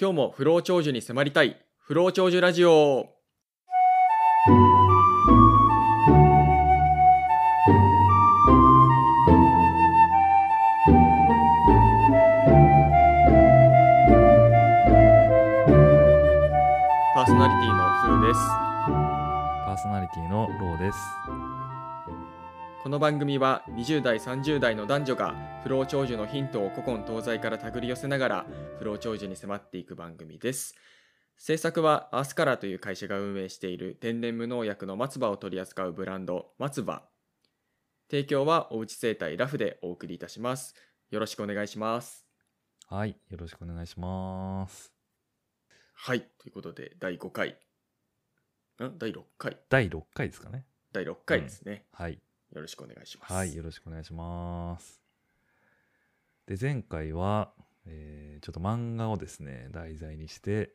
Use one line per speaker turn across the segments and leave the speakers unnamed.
今日も不老長寿に迫りたい不老長寿ラジオパーソナリティのふうです
パーソナリティのローです。
この番組は20代30代の男女が不老長寿のヒントを古今東西から手繰り寄せながら不老長寿に迫っていく番組です制作はアースカラーという会社が運営している天然無農薬の松葉を取り扱うブランド松葉提供はおうち生態ラフでお送りいたしますよろしくお願いします
はい、よろしくお願いします。
はいということで第5回ん第6回
第6回ですかね。
第6回ですね、
はい、
よろしくお願いします
はい、よろしくお願いします。で、前回は、えーちょっと漫画をですね、題材にして、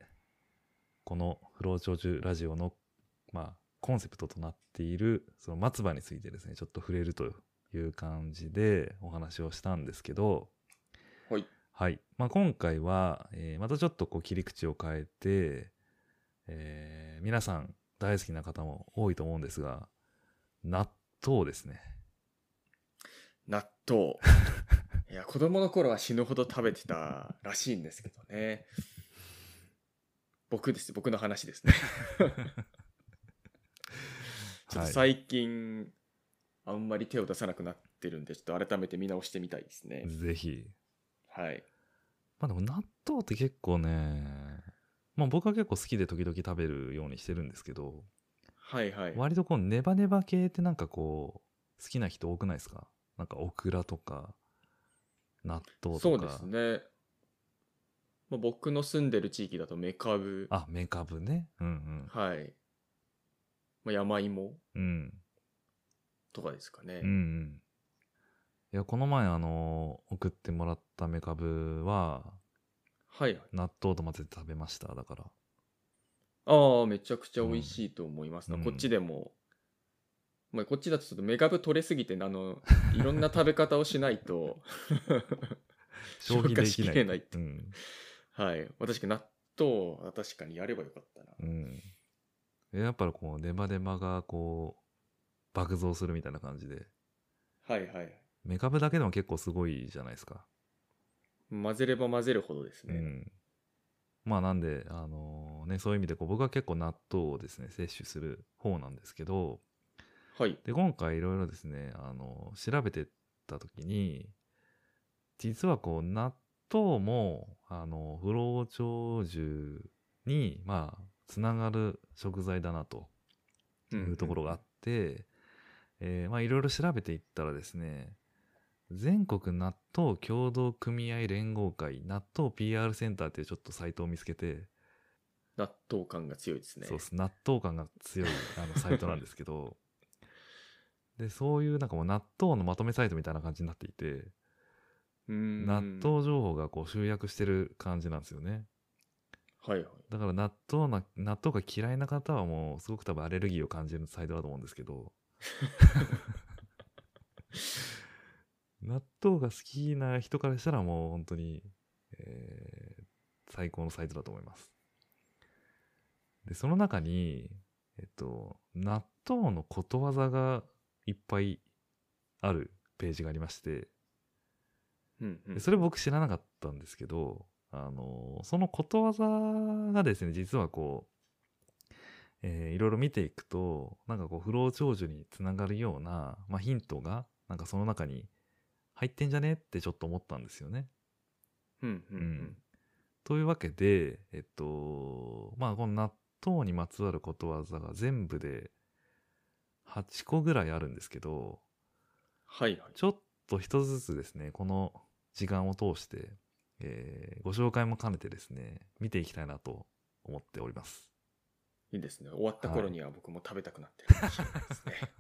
この不老長寿ラジオの、まあ、コンセプトとなっている、その松葉についてですね、ちょっと触れるという感じでお話をしたんですけど、
はい
はい。まあ、今回は、えーまたちょっとこう切り口を変えて、えー皆さん大好きな方も多いと思うんですが、納豆ですね。
納 豆いや子供の頃は死ぬほど食べてたらしいんですけどね僕です僕の話ですねちょっと
はい、
最近、あんまり手を出さなくなってるんでちょっと改めて見直してみたいですね
ぜひ。
はい
まあでも納豆って結構ね、まあ僕は結構好きで時々食べるようにしてるんですけど、
はいはい
割とこうネバネバ系ってなんかこう、好きな人多くないですかなんかオクラとか、納豆とか。
そうです。ね、まあ、僕の住んでる地域だとメカブ
あ、メカブね。うん
はい、まあ、山芋
うん。うん。
とかですかね、
うんうん。いや、この前、あの、送ってもらったメカブは、
はいはい
納豆と混ぜて食べました。だから。
ああ、めちゃくちゃ美味しいと思いますな、
うん
こっちでも、まあ、こっちだとちょっとメガブ取れすぎてねあの いろんな食べ方をしないと
消費
消化
できない。
しきれないって
うん。
はい私納豆は確かにやればよかったな
うん。でやっぱりこう、ネバネバがこう、爆増するみたいな感じで。
はいはい
メカブだけでも結構すごいじゃないですか。
混ぜれば混ぜるほどです
う
ね、
ん。まあなんで、あのね、そういう意味でこう、僕は結構納豆をですね、摂取する方なんですけど、
はい
で、今回いろいろですね、あの、調べてった時に、実はこう、納豆も、あの、不老長寿に、まあ、つながる食材だなと
う
いうところがあって、えーまあ、いろいろ調べていったらですね、全国納豆協同組合連合会納豆 PR センターっていうちょっとサイトを見つけて、
納豆感が強いですね
そうです納豆感が強いあ のサイトなんですけどでそういうなんかもう納豆のまとめサイトみたいな感じになっていて、
うーん
納豆情報がこう集約してる感じなんですよね
はいはい
だから納豆な納豆が嫌いな方はもうすごく多分アレルギーを感じるサイトだと思うんですけど納豆が好きな人からしたらもう本当に、えー最高のサイトだと思いますでその中にえっと納豆のことわざがいっぱいあるページがありまして
うんうん
でそれ僕知らなかったんですけど、あのそのことわざがですね実はこう、えーいろいろ見ていくとなんかこう不老長寿につながるような、まあ、ヒントがなんかその中に入ってんじゃねってちょっと思ったんですよね。
うんうんう
うんんというわけでえっとまあこの納豆にまつわることわざが全部で8個ぐらいあるんですけど
はいはい
ちょっと一つずつですね、この時間を通して、えーご紹介も兼ねてですね、見ていきたいなと思っております。
いいですね終わった頃には僕も食べたくなってるかもしれないですね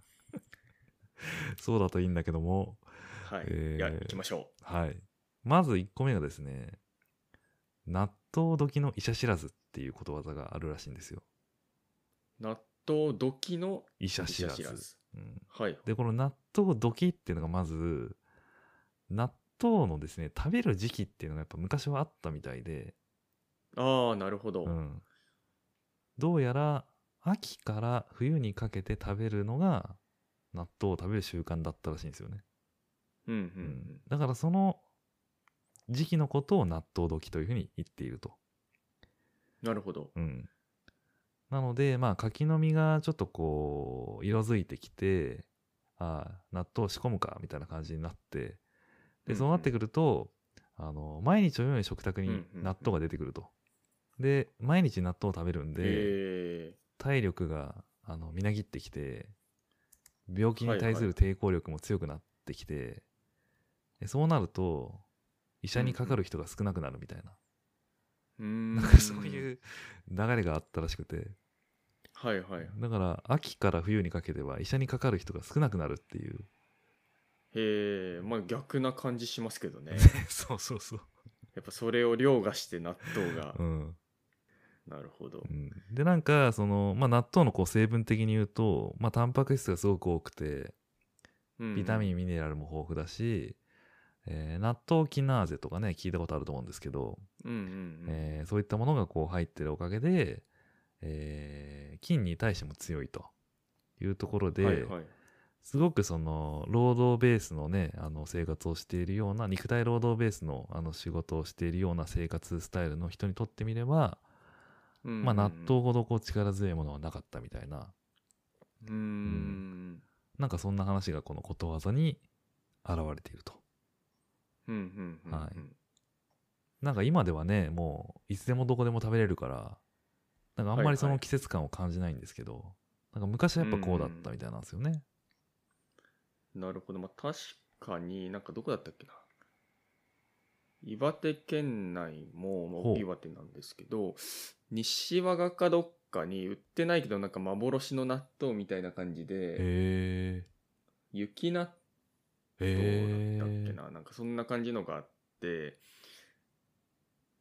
そうだといいんだけども、
はい、
えー
いや行きましょ
はい。まず1個目がですね、納豆時の医者知らずっていうことわざがあるらしいんですよ。
う納豆時の
医者知らず。
医者知らず
うん、
はい
で、この納豆時っていうのがまず、納豆のですね、食べる時期っていうのがやっぱ昔はあったみたいで、
ああ、なるほど。
うん、どうやら秋から冬にかけて食べるのが納豆を食べる習慣だったらしいんですよね、
うん、う
うん
ん、
だからその時期のことを納豆時というふうに言っていると、
なるほど。
うん、なのでまあ柿の実がちょっとこう色づいてきてああ納豆仕込むかみたいな感じになって
うんう
で
ん
そうなってくると、あの毎日のように食卓
うん
に
うんうん
納豆が出てくると、で毎日納豆を食べるんで、
え
体力があのみなぎってきて病気
は
に
いはい
対する抵抗力も強くなってきて、でそうなると医者にかかる人が少なくなるみたいな、
えー。うーん。
なんか そういう流れがあったらしくて
はいはい。へ
だから秋から冬にかけては医者にかかる人が少なくなるっていう
え、まあ逆な感じしますけど ね。
そうそうそう、
やっぱそれを凌駕して納豆が
う。ん
なるほど
う。ん、でなんかその、まあ、納豆のこう成分的に言うと、まあ、タンパク質がすごく多くてビタミ
ン。
ンミネラルも豊富だし、えー納豆キナーゼとかね聞いたことあると思うんですけど、
うんうんうん。
えーそういったものがこう入ってるおかげで、えー菌に対しても強いというところで、
はいはい。
すごくその労働ベースのねあの生活をしているような肉体労働ベースのあの仕事をしているような生活スタイルの人にとってみれば、
うん
まあ、納豆ほどこう力強いものはなかったみたいな
うんうん。うーん。
なんかそんな話がこのことわざに現れていると。
うんうんうんうん。
はいなんか今ではねもういつでもどこでも食べれるからなんかあんまりそ
はいは
の
い
季節感を感じないんですけど、なんか昔はやっぱこうだったみたいなんですよね。
なるほど。まあ、確かに、なんかどこだったっけな。岩手県内も、まあ
ほう
岩手なんですけど、西和賀かどっかに売ってないけど、なんか幻の納豆みたいな感じで、
へ
雪納豆
えへ
だったっけな。なんかそんな感じのがあって、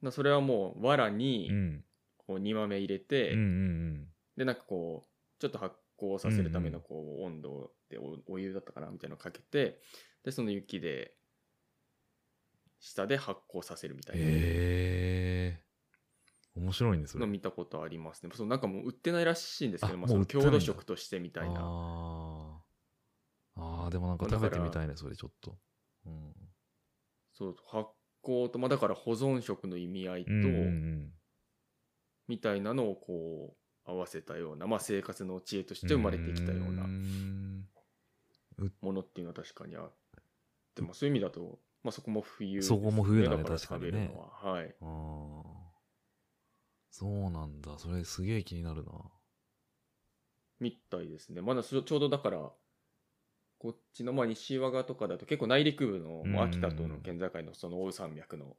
なそれはもう、藁
う
に
ん
こう煮豆入れ
うん
て、
うん
で、なんかこう、ちょっと発酵させるための
うん
こう、温度でおお湯だったかなみたいなのかけて、で、その雪で、下で発酵させるみた
うん
いな
へえ面白いねそれ
の見たことありますね。そうなんかもう売ってないらしいんですけど、
あ
まあ、
も
そう
売
の
ってない
郷
んだ
土食としてみたいな。
あーあーでもなんか食べてみたいねそれちょっと、うん、
そう、発酵と、まあだから保存食の意味合いと、
うんうんうん
みたいなのをこう、合わせたような、まあ生活の知恵として生まれてきたような
うん
ものっていうのは確かにあって、まあそういう意味だと、まあそこも冬です
そ
ね、
こも冬だね
から
確かに
食べ
ね
るのは。はい。
あーそうなんだそれすげえ気になるな
みたいですね。まだそちょうどだから、こっちの、まあ、西和賀とかだと結構内陸部の
うん
まあ秋田との県境のその大宇山脈の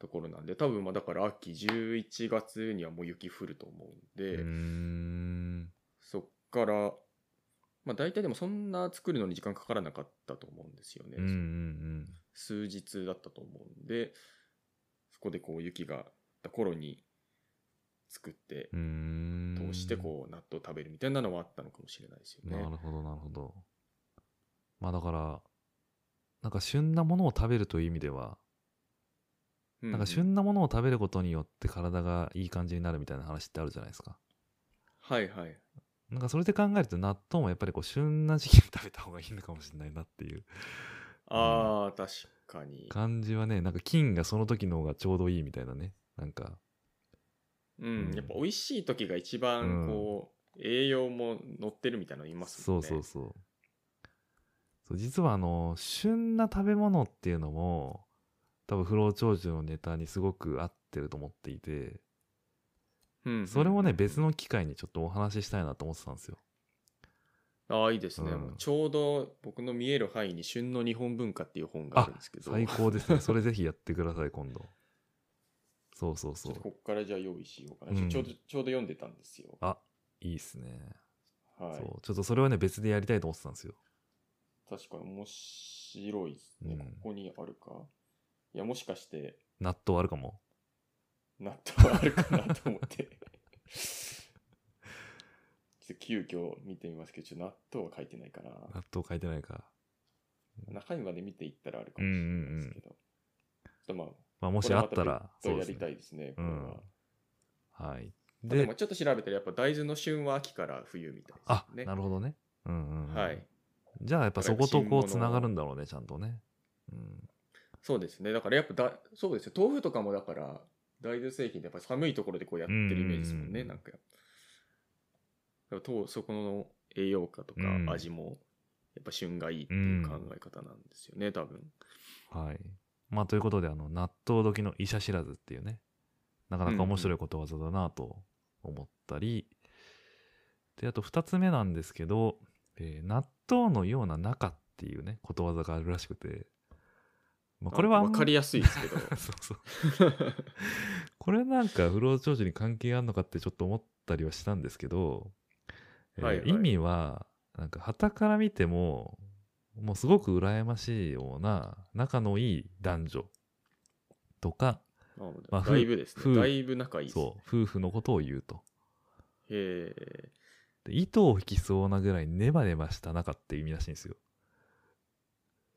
ところなんで、多分まあだから秋11月にはもう雪降ると思うん
う
で、
ーん
そっから、まあ大体でもそんな作るのに時間かからなかったと思うんですよね。
うんうんうん
数日だったと思うんで、そこでこう雪があった頃に作って、
うーん
通してこう納豆を食べるみたいなのはあったのかもしれないですよ
な
ね。
るほどなるほどまあだからなんか旬なものを食べるという意味では、
う
なんか旬なものを食べることによって体がいい感じになるみたいな話ってあるじゃないですか
はいはい。
なんかそれで考えると納豆もやっぱりこう旬な時期に食べた方がいいのかもしれないなっていう
ああ、確かに。
感じはねなんか菌がその時の方がちょうどいいみたいなねなんか
うん、
うん
やっぱ美味しい時が一番こう、栄養も乗ってるみたいなの言います
そ
もん
う
ね。
そうそうそう実はあの旬な食べ物っていうのも多分不老長寿のネタにすごく合ってると思っていて
うん。うん
それもね別。の機会にちょっとお話ししたいなと思ってたんですよ
ああ、いいですね、
うん
もうちょうど僕の見える範囲に旬の日本文化っていう本があるんですけど、
最高 ですねそれぜひやってください今度そうそう
ち
そ
ょっ
う
とこっからじゃあ用意しようかな。
うん
ちょうどちょうど読んでたんですよ。
あいいっすね、
はい
そ。うちょっとそれはね別でやりたいと思ってたんですよ
確かに面白いですね。
うん
ここにあるかいや、もしかして、
納豆あるかも
納豆あるかなと思って。ちょっと急遽見てみますけど、ちょっと納豆は書いてないかな。
納豆書いてないか、
中身まで見ていったらあるかもしれないですけど。ちょっとまあ、
まあ、もしあったら
そ
そうう
や
です
り
ね
たいですね、こ
う
れは。
んはい。
ででもちょっと調べたらやっぱ大豆の旬は秋から冬みたいです
あ、
ね。
なるほどね。うんうんうん。
はい。
じゃあやっぱそこと
だか
こ
らや
う
っぱ
つ
新
な
物
がるんだろうね、ちゃんとね。うん、
そうですね。だからやっぱだ、そうですよ。豆腐とかもだから、大豆製品ってやっぱ寒いところでこうやってるイメージですもんね、
うん
なんか。だからとそこの栄養価とか
うん
味も、やっぱ旬がいいっていう考え方なんですよね、多分。
はい。まあということで、あの、納豆時の医者知らずっていうね、なかなか面白いことわざだなと思ったり、で、あと二つ目なんですけど、えー納豆のような中っていうね、ことわざがあるらしくて、まあ、これはあんま
分かりやすいですけ ど。
そうそう。これなんか不老長寿に関係あるのかってちょっと思ったりはしたんですけど、えー
はいはい
意味はなんか旗から見てももうすごく羨ましいような仲のいい男女とか、ま
まあ、
あ
だいぶです
ふ
ね。
う
だいぶ仲いいです、ね。
そう夫婦のことを言うと
へえ。
で糸を引きそうなぐらいネバネバした仲っていう意味らしいんですよ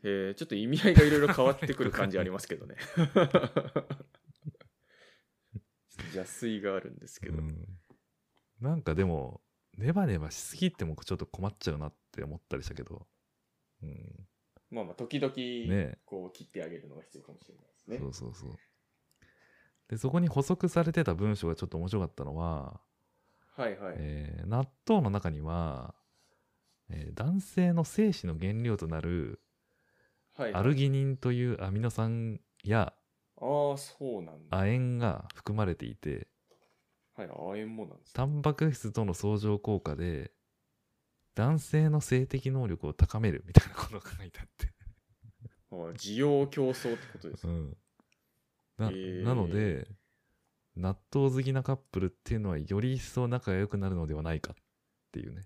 へえ、ちょっと意味合いがいろいろ変わってくる感じありますけど ね。 ちょっと邪推があるんですけど。
うん、なんかでもネバネバしすぎてもちょっと困っちゃうなって思ったりしたけど、うん、
まあまあ、時々、
ね
こう切ってあげるのが必要かもしれないですね。
そうそうそう。で、そこに補足されてた文章がちょっと面白かったのは、
はいはい。
えー納豆の中には、えー男性の精子の原料となる
はいはい、
アルギニンというアミノ酸や
ああ、そうなんだ。
亜鉛が含まれていて、
はい、亜鉛もなんですね。
タンパク質との相乗効果で、男性の性的能力を高めるみたいなことが書いてあって。
あー需要競争ってことです
う
ね。
ん。な、
へー
なので、納豆好きなカップルっていうのはより一層仲が良くなるのではないかっていうね。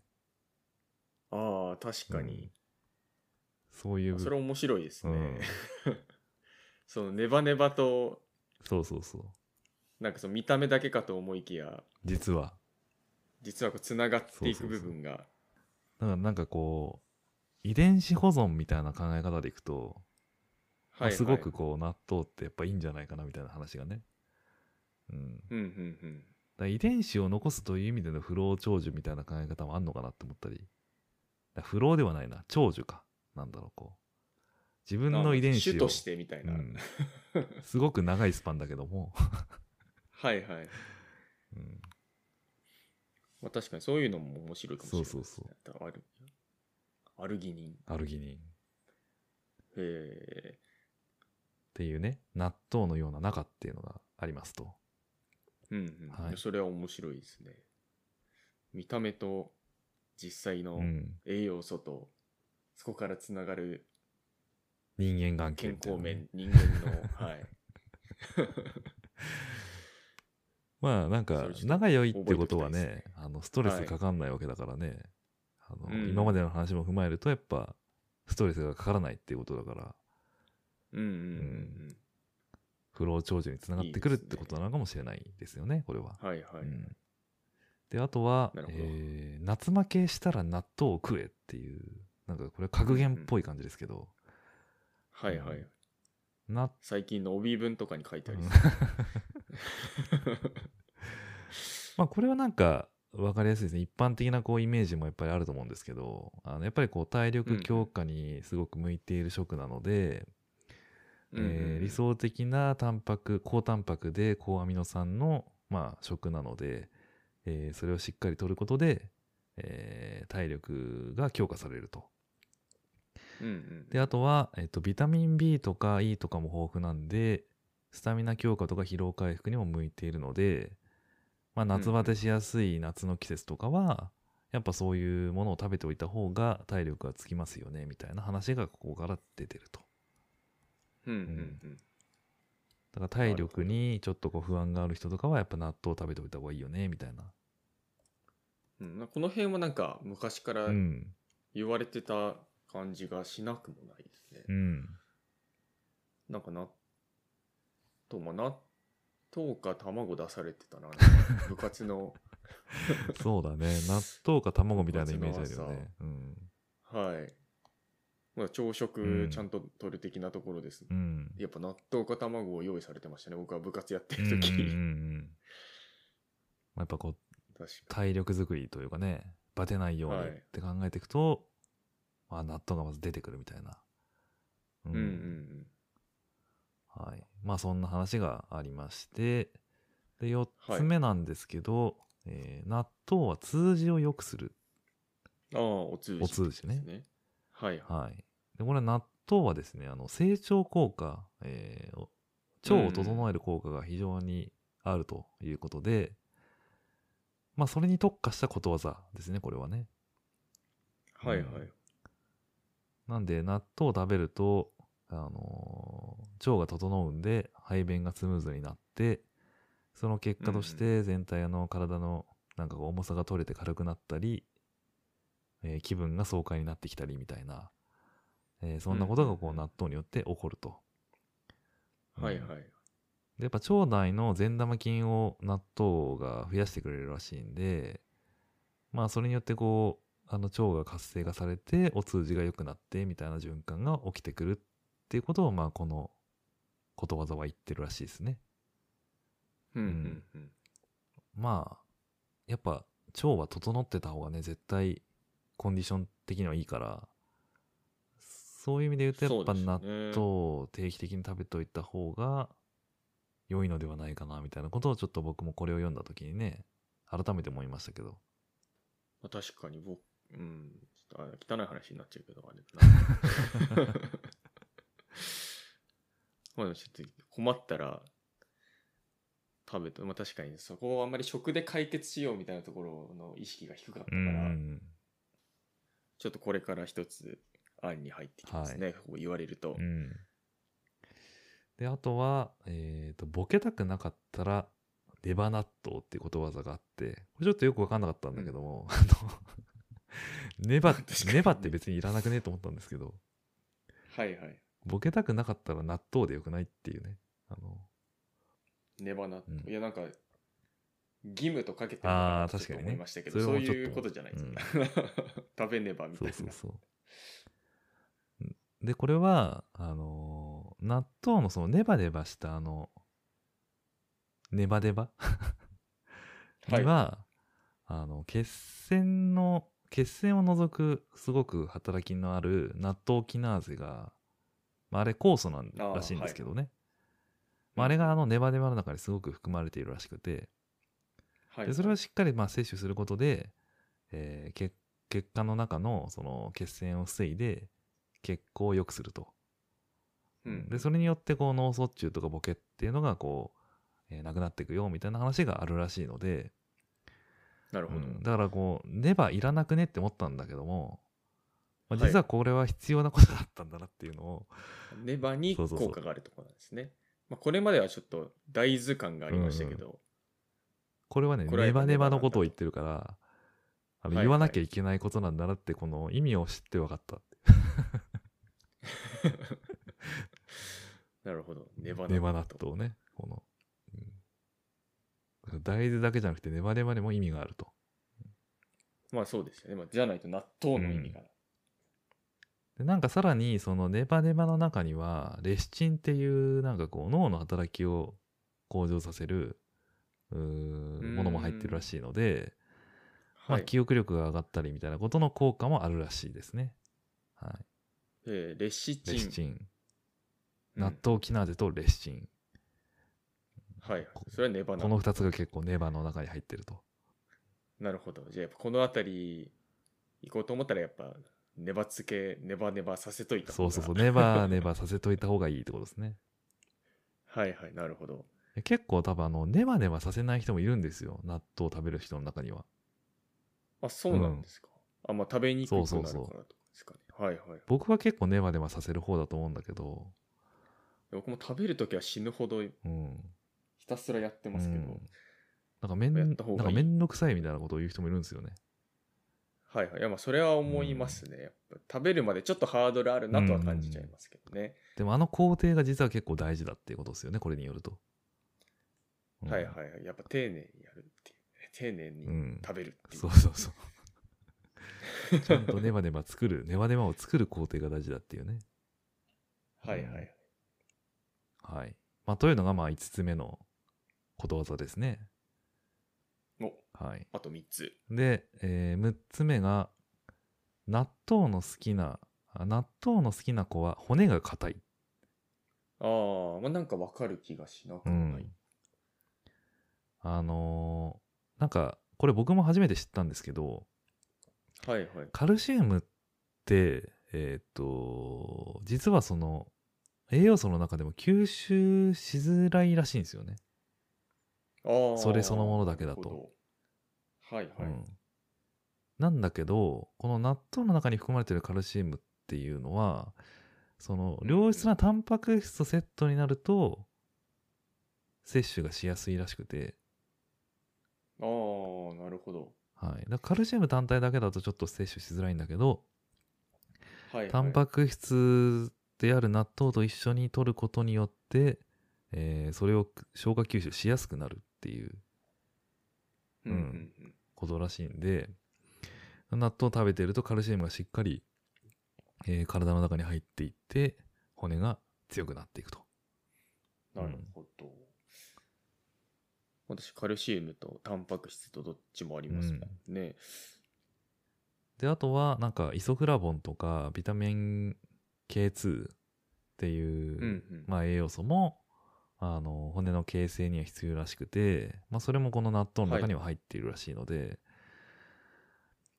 ああ、確かに。
そういう、
それ面白いですね。
うん
そのネバネバと、
そうそうそう。
なんかその見た目だけかと思いきや、
実は。
実はこう繋がっていく
そうそう
部
そう
分が。
だからなんかこう、遺伝子保存みたいな考え方でいくと、
はい
まあ
はい
すごくこう納豆ってやっぱいいんじゃないかなみたいな話がね。うん。だか
うんうんうん。
ら遺伝子を残すという意味での不老長寿みたいな考え方もあんのかなって思ったり。だから不老ではないな。長寿か。なんだろう、こう。自分
まあ
の遺伝子を。
種としてみたいな。
うんすごく長いスパンだけども、
はいはい。
うん
まあ確かにそういうのも面白いかもしれないです、ね。
そうそうそう
だからアルアルギニン。
アルギニンっ
へえ。
ていうね納豆のような中っていうのがありますと
うんうん。
はい
それは面白いですね。見た目と実際
う
の
ん
栄養素と、そこからつながる
人間関係み
健
たい
康
なね
面、人間の、 はい。
まあなんか
それちょっと
仲良いってことは
覚えて
ね
おきたいですね
あのストレ
は
ス
い
かかんないわけだからね、あの
うん
今までの話も踏まえるとやっぱストレスがかからないっていうことだから
うんうんうん
不老長寿につながってくるってことなのかもしれないですよねこれは、
うん。はいはい。
うんであとは
なる、ほど
えー夏負けしたら納豆を食え」っていうなんかこれ格言っぽい感じですけど、
はいはい。
納
最近の帯文とかに書いてありそう。
まあこれはなんか分かりやすいですね一般的なこうイメージもやっぱりあると思うんですけどあのやっぱりこう体力強化にすごく向いている食なので、
うんうん
えー理想的なタンパク高タンパクで高アミノ酸の、まあ、食なので、えーそれをしっかりとることで、えー体力が強化されると。
うんうん。
であとは、えっとビタミン B とか E とかも豊富なんでスタミナ強化とか疲労回復にも向いているので、まあ、夏バテしやすい夏の季節とかは、やっぱそういうものを食べておいた方が体力がつきますよねみたいな話がここから出てると
うんうんうん。
だから体力にちょっとこう不安がある人とかはやっぱ納豆を食べておいた方がいいよねみたいな、
うん、この辺はなんか昔から
うん
言われてた感じがしなくもないですね。
うん
なんか納豆、まあ、納豆か卵出されて たな。部活の、
そうだ ね納豆か卵みたいなイメージあるよねうん
はい。まあ、朝
う
食
ん
ちゃんと取る的なところです。
うん
やっぱ納豆か卵を用意されてましたね。僕は部活やって
うん
る時、
うんうんうんまあ、やっぱこう
確か
体力作りというかねバテないようにっ
はい
て考えていくと、まあ、納豆がまず出てくるみたいな、う
に。うんうんうん。
はい、まあそんな話がありましてで4つ目なんですけど、えー納豆は通じを良くする、
ああ、お通じ。
お通じね
ですね。はい。
はい、でこれは納豆はですねあの成長効果、えーお腸を整える効果が非常にあるということで、まあそれに特化したことわざですねこれはね
はいはい。
なんで、納豆を食べると、あのー腸が整うんで、排便がスムーズになって、その結果とし
うん
て、全体の体の、なんかこう重さが取れて軽くなったり、えー気分が爽快になってきたりみたいな、えーそんなことがこ
う
う、
ん
納豆によって起こると。
はい
うん
はい。
で、やっぱ腸内の善玉菌を納豆が増やしてくれるらしいんで、まあそれによってこう、あの腸が活性化されて、お通じが良くなって、みたいな循環が起きてくるっていうことを、まあこのことわざは言ってるらしいですね。
うんうんうん。
まあ、やっぱ腸は整ってた方がね、絶対コンディション的にはいいから、そういう意味で言うと、やっぱ納
豆。
と定期的に食べといた方が良いのではないかなみたいなことをちょっと僕もこれを読んだ時にね改めて思いましたけど
まあ確かに僕、うん、ちょっとあ汚い話になっちゃうけど、あれ。まあでもちょっと困ったら、食べて、まあ確かにそこをあんまり食で解決しようみたいなところの意識が低かったから、ちょっとこれから一つ案に入ってきますね、こう言われると。
うんであとは、えーとボケたくなかったら出バ納豆っていうことわざがあってこれちょっとよく分かんなかったんだけども、あの ネバ
確かにね
ネバって別にいらなくねえと思ったんですけど
はいはい。
ボケたくなかったら納豆でよくないっていうねあの
ネバナ、
うん
いやなんか、義務とかけてる
あ
な
ー
とちょっと
確かにね
思いましたけど、
そ
そ
れ
う
もちょっと
いうことじゃないですか。 食べねばみた
そ
いうな。
そうそう。んで、これは、あのー納豆のそのネバネバしたあの、ネバネバに
はい
は、あの、血栓の、血栓を除くすごく働きのある納豆キナーゼが、まあ、あれ酵素なん
あー
らしいんですけどね。
うん
まあ、あれがあのネバネバの中にすごく含まれているらしくて、
はい
でそれをしっかりまあ摂取することで、えー血血管の中のその血栓を防いで血行を良くすると、
うん、
でそれによってこう脳卒中とかボケっていうのがこう、えーなくなっていくよみたいな話があるらしいので、
なるほど。
うんだからこうネバいらなくねって思ったんだけども、まあ
はい
実はこれは必要なことだったんだなっていうのを、
ネバに
そう
効
そうそう
果があるところなんですね。まあ、これまではちょっと大豆感がありましたけど、
これはね
これはや
ネ
っぱ
バネバ
ネバ
の
なんだ
ことを言ってるからあ
はい
の
はい
言わなきゃいけないことなんだなってこの意味を知って分かった、
なるほど。ネバ
ネバ納豆ね。この、うん大豆だけじゃなくてネバネバにも意味があると。
まあそうですよね。まあ、じゃないと納豆の意味が
でなんかさらにそのネバネバの中にはレシチンっていうなんかこう脳の働きを向上させるうー
うん
ものも入ってるらしいので、ま
は
あ、
い、
記憶力が上がったりみたいなことの効果もあるらしいですね。は
えーレシ
い、
チン。
レシチン、
うん
納豆キナーゼとレシチン
はい。それはネバ納
この
豆。
2つが結構ネバの中に入ってると。
なるほど。じゃあやっぱこの辺り行こうと思ったらやっぱネバつけ、ネバネバさせといた方
そ
が。
うそうそうネバネバさせといた方がいいってことですね。
はいはい、なるほど。
え結構多分あのネバネバさせない人もいるんですよ納豆を食べる人の中には
あ、そうなんですか。あ、まあ食べにくくなるか
そう
ら
そうそう
とかですかね。はいはい。
僕は結構ネバネバさせる方だと思うんだけど
僕も食べるときは死ぬほどひ
うん
たすらやってますけど。
うんなんかめん
や
な
っ
ん
た方がいい
かめんどくさいみたいなことを言う人もいるんですよね
はいはい。いや、まあ、それは思いますね。やっぱ食べるまでちょっとハードルあるなとは感じちゃいますけどね。
でもあの工程が実は結構大事だっていうことですよねこれによると、うん
はいはいはい。やっぱ丁寧にやるっていう ね。丁寧
う
に
ん
食べるっていう。
そうそうそう ちゃんとネバネバ作るネバネバを作る工程が大事だっていうね
はいはい。
はい、まあ、というのがまあ5つ目のことわざですね
お
はい、
あと3つ。
で、え6つ目が納豆の好きなあ納豆の好きな子は骨が硬い
ああ、まあ、なんかわかる気がしなくもない。
あのーなんかこれ僕も初めて知ったんですけど
はいはい。
カルシウムってえーっと実はその栄養素の中でも吸収しづらいらしいんですよね、
ああ。
それそのものだけだと
なるほど。はいはい。
うんなんだけどこの納豆の中に含まれてるカルシウムっていうのはその良質なタンパク質とセットになると摂取がしやすいらしくて、
ああ、なるほど。
はい、だからカルシウム単体だけだとちょっと摂取しづらいんだけど
はい、はい。
タンパク質である納豆と一緒に摂ることによって、えーそれを消化吸収しやすくなるっていう
うんうんうん。
ことらしいんで納豆を食べてるとカルシウムがしっかり、えー体の中に入っていって骨が強くなっていくと
なるほど。私、カルシウムとタンパク質とどっちもありますもんね。
であとはなんかイソフラボンとかビタミン K2 っていう、
うん、うん。
まあ、栄養素もあの骨の形成には必要らしくて、まあ、それもこの納豆の中には入っているらしいので、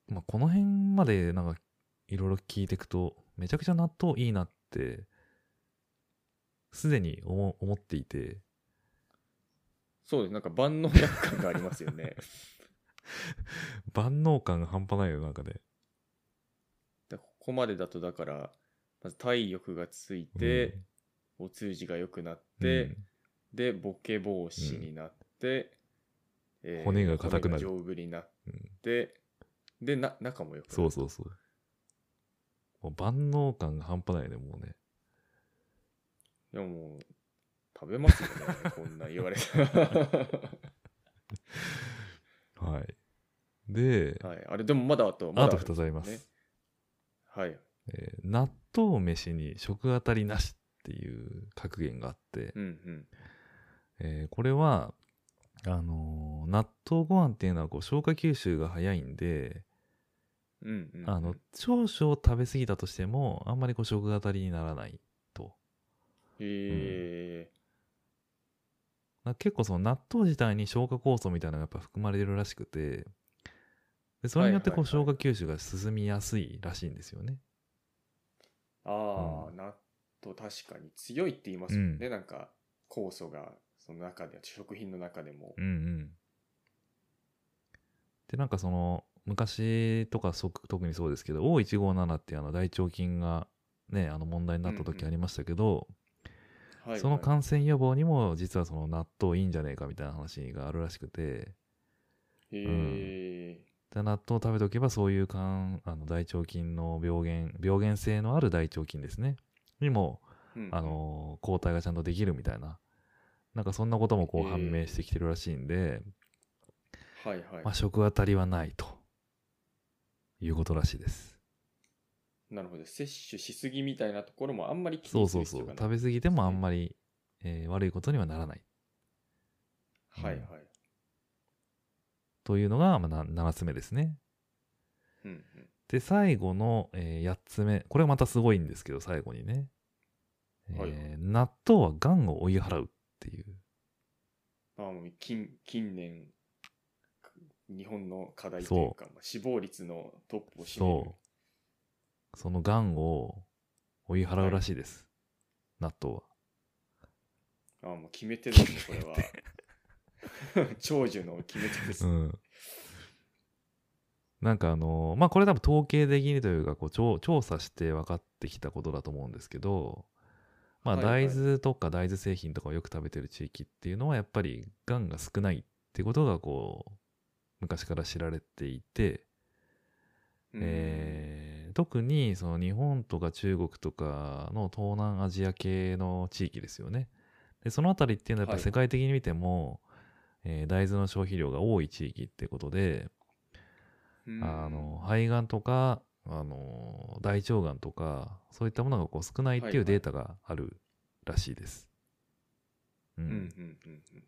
まあ、この辺までなんかいろいろ聞いていくとめちゃくちゃ納豆いいなってすでに思思っていて
そうです。なんか万能薬感があります よね。
万能感が半端ないよなんかね。
でここまでだと、だから、まず体力がついて、お通じが良くなって、
うん
で、ボケ防止になって、え
骨が硬くなる
骨が丈夫になって、で、な、中も良くなる。
そうそうそう。もう万能感が半端ないねもうね。
いやもう、食べますよね、 こんなん言わ れたら。
はい。で、
はい。あれ、でもまだあと、ま
あ
だ
と2つあります。
ねはい。
えー納豆飯に食当たりなしっていう格言があって、
うんうん。
えーこれはあのー納豆ご飯っていうのはこう消化吸収が早いんで、
うんうんうん、
あの長所を食べ過ぎたとしてもあんまりこう食当たりにならないと
へえ、
な結構その納豆自体に消化酵素みたいなのがやっぱ含まれるらしくてでそれによって
は
こう
いはい
消
は
化
い
吸収が進みやすいらしいんですよね、
ああ、
う
納豆確かに強いって言いますもんね、
う
なんか酵素がその中で食品の中でも、
うんうん。で、なんかその、昔とかそ特にそうですけど、O157 ってあの大腸菌がね、あの問題になっ
う
た
んう
時
ん
ありましたけど、
はい
その
はい
感染予防にも実はその納豆いいんじゃねえかみたいな話があるらしくて、
へえ、
で納豆を食べとけばそういうかんあの大腸菌の病原、病原性のある大腸菌ですね。にも、
うん
あの抗体がちゃんとできるみたいな、なんかそんなこともこ
へ
う
え
判明してきてるらしいんで、
はいはい、
まあ、食当たりはないということらしいです。
なるほど摂取しすぎみたいなところもあんまり気
そ
に
う
す
そ
る
う
必
そ
要
う
がない
食べ過ぎてもあんまり、えー悪いことにはならないべ
はいはい、
というのが、まあ、な7つ目ですね。
うん
で最後の、え8つ目これはまたすごいんですけど最後にね、えー
はい
納豆はがんを追い払うっていう
うん、ああもう近近年日本の課題というかまあ死亡率のトップを占める
そうそのがんを追い払うらしいです、納豆は。
ああもう決め手ですねこれは 長寿の決め手です、
うん。なんかあのまあこれ多分統計的にというかこう調調査して分かってきたことだと思うんですけど、まあ、
はいはい
大豆とか大豆製品とかをよく食べてる地域っていうのはやっぱりがんが少ないってことがこう昔から知られていて、
うん
えー特にその日本とか中国とかの東南アジア系の地域ですよね。でそのあたりっていうのはや
は
っぱ
い
世界的に見ても、えー大豆の消費量が多い地域ってことで、
うん
あの肺がんとかあの大腸がんとかそういったものがこう少ないって
はい
い
は
う
い
データがあるらしいです。う
うんんうんうんうん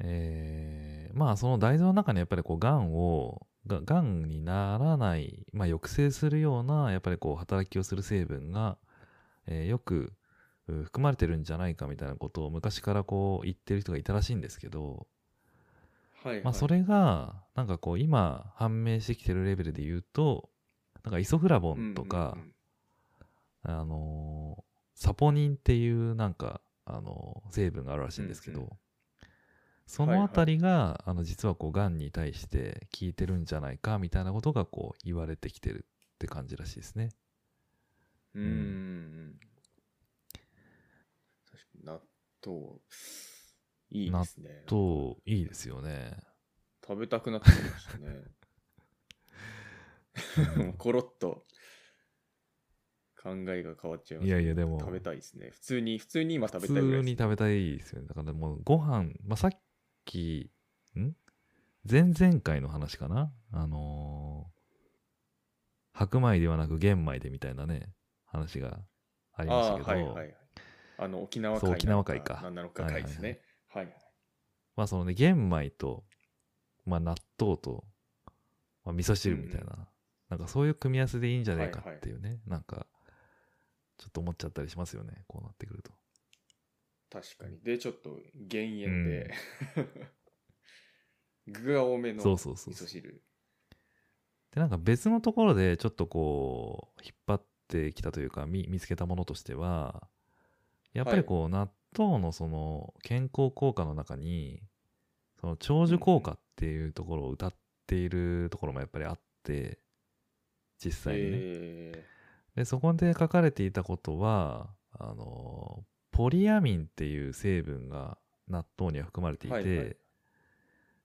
えーまあその大豆の中にやっぱりこうがんをががんにならない、まあ、抑制するようなやっぱりこう働きをする成分が、えーよくう含まれてるんじゃないかみたいなことを昔からこう言ってる人がいたらしいんですけど、
はい、
まあ、それがなんかこう今判明してきてるレベルで言うとなんかイソフラボ
うんうんう
ン
ん
とか、あのーサポニンっていうなんか、あのー成分があるらしいんですけど、
うんう
そのあたりが、あの実はこうがんに対して効いてるんじゃないかみたいなことがこう言われてきてるって感じらしいですね。
うんうんうん確かに納豆いいですね
といいですよね。
食べたくなってきましたねもうコロッと考えが変わっちゃいました
いやいやでも
食べたいですね普通に普通に今食べ
普
たいぐら
通
い
に
です
食べたいですよね。だからもうご飯、まあ、さっき、ん前々回の話かなあのー白米ではなく玄米でみたいなね、話がありました
あ
けど、
あーはいはいはいあの沖縄
そう
会
沖縄会か
何なのか会ですねはいはい
まあそのね、玄米と、まあ納豆と、まあ味噌汁みたいな、
うん
なんかそういう組み合わせでいいんじゃないか
はいはい
っていうね、なんか、ちょっと思っちゃったりしますよね、こうなってくると。
確かにでちょっと減塩で、具が多めの
そう
味
そうそうそう
噌汁
で、なんか別のところでちょっとこう、引っ張ってきたというか、見見つけたものとしては、やっぱりこう、納豆のその健康効果の中に、その長寿効果っていうところを歌っているところもやっぱりあって、実際にね。
え
でそこで書かれていたことはあのポリアミンっていう成分が納豆には含まれていて、
はいはい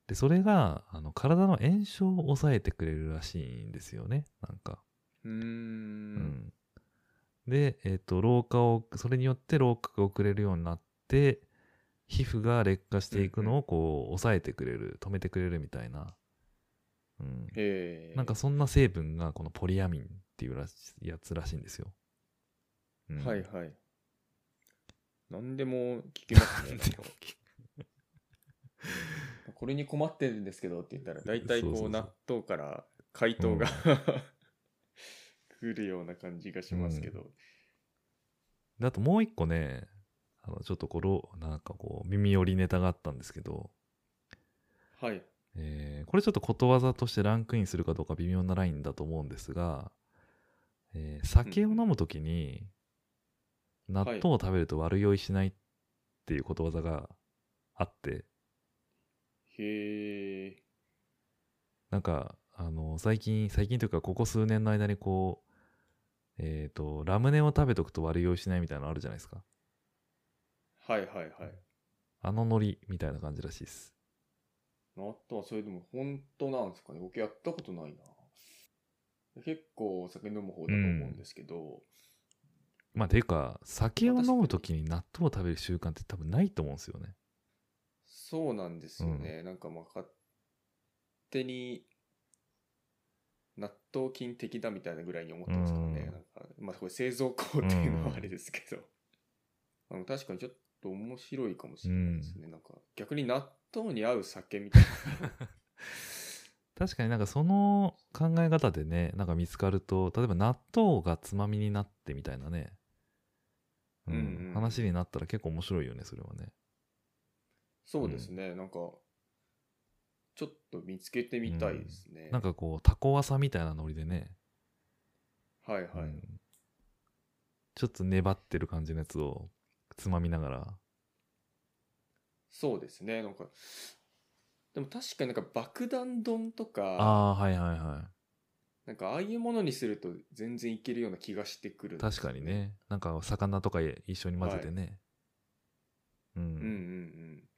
でそれがあの体の炎症を抑えてくれるらしいんですよねなんか。
ー、うーん
うんで、えっと老化をそれによって老化が遅れるようになって皮膚が劣化していくのをこう抑えてくれる止めてくれるみたいな、うん、
えー、
なんかそんな成分がこのポリアミンっていうらしやつらしいんですよ。うん
はいはい何でも聞き ますね
でも
これに困ってるんですけどって言ったら大体こう
そうそうそう
納豆から解凍が、 来るような感じがしますけど、
であともう一個ね、あのちょっところ、なんかこう、耳寄りネタがあったんですけど、
はい
えーこれちょっとことわざとしてランクインするかどうか微妙なラインだと思うんですが、えー酒を飲むときに、納豆を食べると悪酔いしないっていうことわざがあって、
へえ
なんか、あの、最近、最近というか、ここ数年の間にこう、えっ、と、ラムネを食べとくと悪用しないみたいなのあるじゃないですか。
はいはいはい
あのノリみたいな感じらしいです。
納豆はそれでも本当なんですかね僕やったことないな結構お酒飲む方だと思うんですけど、
まあ、ていうか、酒を飲むときに納豆を食べる習慣って多分ないと思うんですよね。
そうなんですよね、なんかまあ勝手に納豆菌的だみたいなぐらいに思ってますからね、
うん
なんかまあこれ製造工程の
うん
あれですけど、 あの確かにちょっと面白いかもしれないですね、なんか逆に納豆に合う酒 みたいな
確かになんかその考え方でね、なんか見つかると、例えば納豆がつまみになってみたいなね、うん、
うんうん
話になったら結構面白いよね、それはね。
そうですね、なんかちょっと見つけてみたいですね、
なんかこう、タコワサみたいなノリでね、
はいはい、
うんちょっと粘ってる感じのやつをつまみながら
そうですねなんかでも確かになんか爆弾丼とか
ああーはいはいは
なんかああいうものにすると全然いけるような気がしてくるん
い
です
確かに。ねなんか魚とか一緒に混ぜてね、う
うんうん
ん、
うん。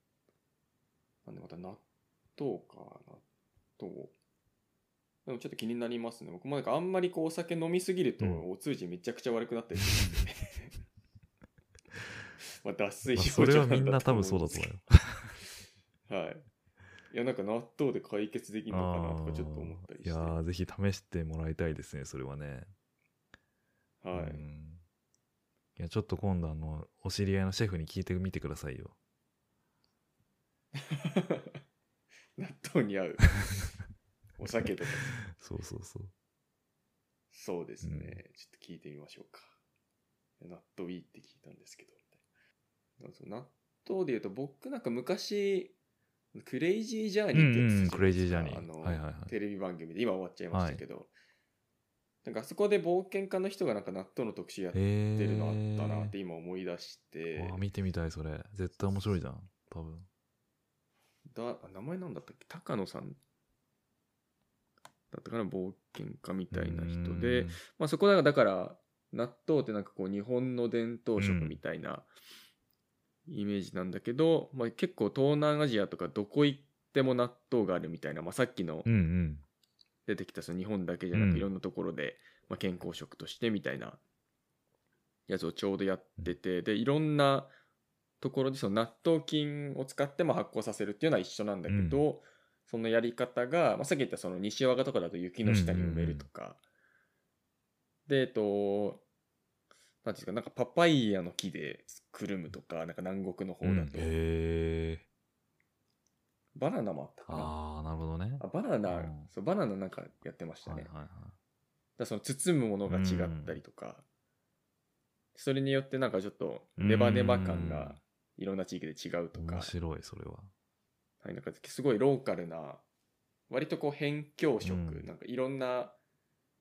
なんでまた納豆か、納豆。でもちょっと気になりますね。僕もなんかあんまりこうお酒飲みすぎると
うん
お通じめちゃくちゃ悪くなったりするん で、まあ脱水
まあ
症
それ
状
はみん
な
なん
と
多
思
分
んです
そうだと
け
思
ど
うよ
はい。いやなんか納豆で解決できるのかなとかちょっと思ったりして。
あーい
は
やーぜひ試してもらいたいですねそれはねう
い。
んいやちょっと今度あのお知り合いのシェフに聞いてみてくださいよ
納そうに合うお酒とか
そうそうそう。
そうですね、
うん
ちょっと聞いてみましょうか納豆いいって聞いたんですけどなんかその納豆で言うと僕なんか昔クレイジージャーニーってやつ
う
聞い
んうん
てますか
クレイジージャーニー
あの、
はいはいはい
テレビ番組で今終わっちゃいましたけど、なんかあそこで冒険家の人がなんか納豆の特集やって
え
るのあ
ー、
ったなって今思い出して、
わあ見てみたい、それ。絶対面白いじゃん。多分。
だあ名前なんだったっけ高野さんだったかな冒険家みたいな人で
うん、
まあ、そこだからだから納豆ってなんかこう日本の伝統食みたいなイメージなんだけど、まあ、結構東南アジアとかどこ行っても納豆があるみたいな、まあ、さっきの
うんうん。
出てきたその日本だけじゃな
う
く
ん
いろんなところで、まあ、健康食としてみたいなやつをちょうどやっててでいろんなところでその納豆菌を使ってまあ発酵させるっていうのは一緒なんだけど、そのやり方が、まあ、さっき言ったその西和賀とかだと雪の下に埋めるとか、でえっとなんていうんですかなんかパパイヤの木でくるむとかなんか南国の方だ
ん
と、
へえ。
バナナもあったかな
ああ、なるほどね。
あバナナ、
うん
そうバナナなんかやってましたね、
はいはいはい。
だからその包むものが違ったりとか、それによってなんかちょっとネバネバ感がいろんな地域で違うとか
面、白い、それは。
はい、なんかすごいローカルな割とこう辺境食、
うん
なんかいろんな、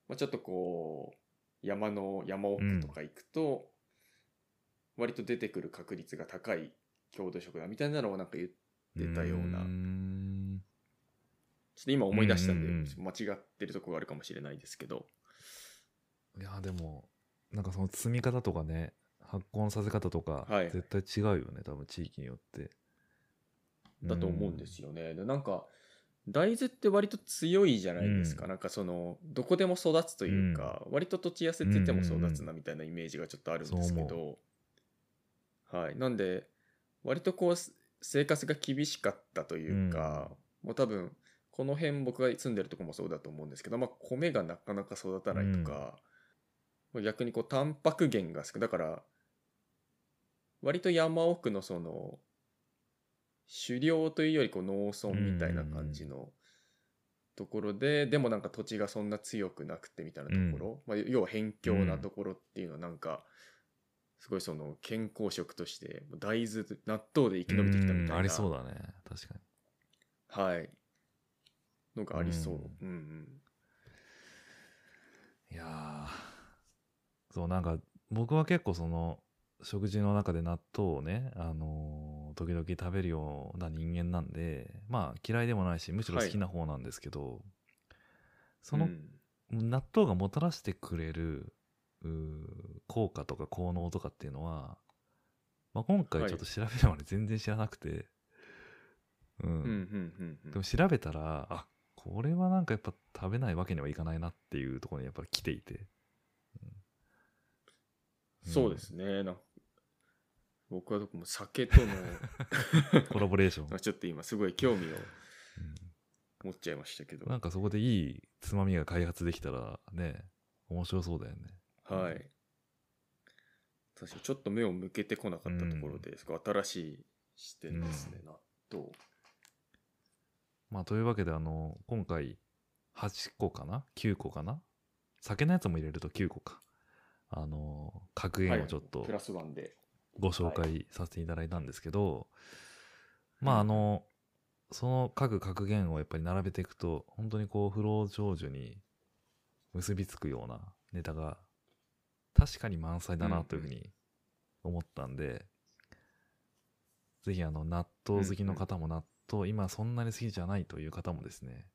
まあ、ちょっとこう山の山奥とか行くと、割と出てくる確率が高い郷土食だみたいなのをなんか言って出たような
ーん
ちょっと今思い出したんで、
うんうんうん
ちょっと間違ってるとこがあるかもしれないですけど
いや、でも、なんかその積み方とかね、発酵のさせ方とか、
はい
絶対違うよね、多分地域によって。
だと思うんです
よ。
よね。でなんか大豆って割と強いじゃないですか、
うん
なんかそのどこでも育つというか、割と土地痩せてても育つなみたいなイメージがちょっとあるんですけ
そう
ど、はい、なんで割とこうす生活が厳しかったというか、もう多分この辺僕が住んでるとこもそうだと思うんですけど、まあ、米がなかなか育たないとか、もう逆にこうタンパク源が少ないだから割と山奥のその狩猟というよりこう農村みたいな感じのところで、でもなんか土地がそんな強くなくてみたいなところ、まあ、要は辺境なところっていうのはなんか、すごいその健康食として大豆納豆で生き延びてきたみたいな、
うんありそうだね、確かに。
はいのがありそう、うん
いやーそうなんか僕は結構その食事の中で納豆をね、あのー時々食べるような人間なんでまあ嫌いでもないしむしろ好きな方なんですけど、その、
うん
納豆がもたらしてくれるうー効果とか効能とかっていうのは、まあ、今回ちょっと調べるまで全然知らなくて、うん
うんうんうんうん
でも調べたらあこれはなんかやっぱ食べないわけにはいかないなっていうところにやっぱり来ていて
そうですねなんか僕はどこも酒 との
コラボレーション、
まあちょっと今すごい興味を持っちゃいましたけど
うんなんかそこでいいつまみが開発できたらね面白そうだよね
はい。確かにちょっと目を向けてこなかったところですごい新しい視点ですね、納豆。
まあというわけであの今回8個かな9個かな酒のやつも入れると9個かあの格言をちょっと、
プラスワンで。
ご紹介させていただいたんですけど、まああのその各格言をやっぱり並べていくと本当にこう不老長寿に結びつくようなネタが確かに満載だなというふうに思ったんで、ぜひあの納豆好きの方も納豆、今そんなに好きじゃないという方もですね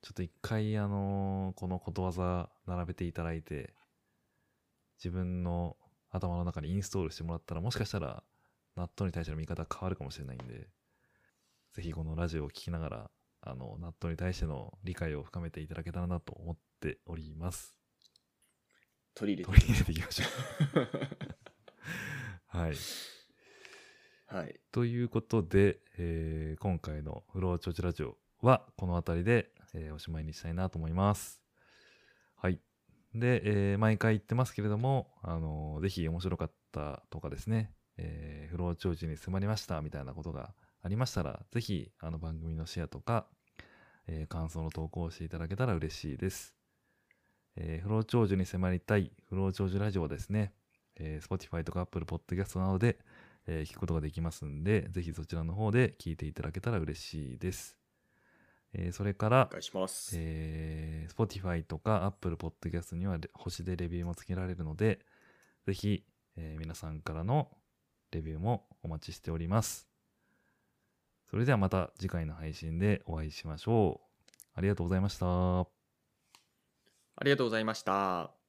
ちょっと一回あのこのことわざ並べていただいて自分の頭の中にインストールしてもらったらもしかしたら納豆に対しての見方変わるかもしれないんでぜひこのラジオを聞きながらあの納豆に対しての理解を深めていただけたらなと思っております
取り入
取
れて
り入れていきましょうはい
はい。
ということで、えー今回の「フローチョチラジオ」はこの辺りで、えーおしまいにしたいなと思います。はい。で、えー毎回言ってますけれども、あのーぜひ面白かったとかですね、えーフローチョージに迫りましたみたいなことがありましたら、ぜひあの番組のシェアとか、えー感想の投稿をしていただけたら嬉しいです。えー不老長寿に迫りたい不老長寿ラジオはですね、えー Spotify とか Apple Podcast などで、えー聞くことができますんで、ぜひそちらの方で聞いていただけたら嬉しいです。えーそれから
お、願いします。
えー Spotify とか Apple Podcast にはレ星でレビューもつけられるので、ぜひ、えー皆さんからのレビューもお待ちしております。それではまた次回の配信でお会いしましょう。ありがとうございました。
ありがとうございました。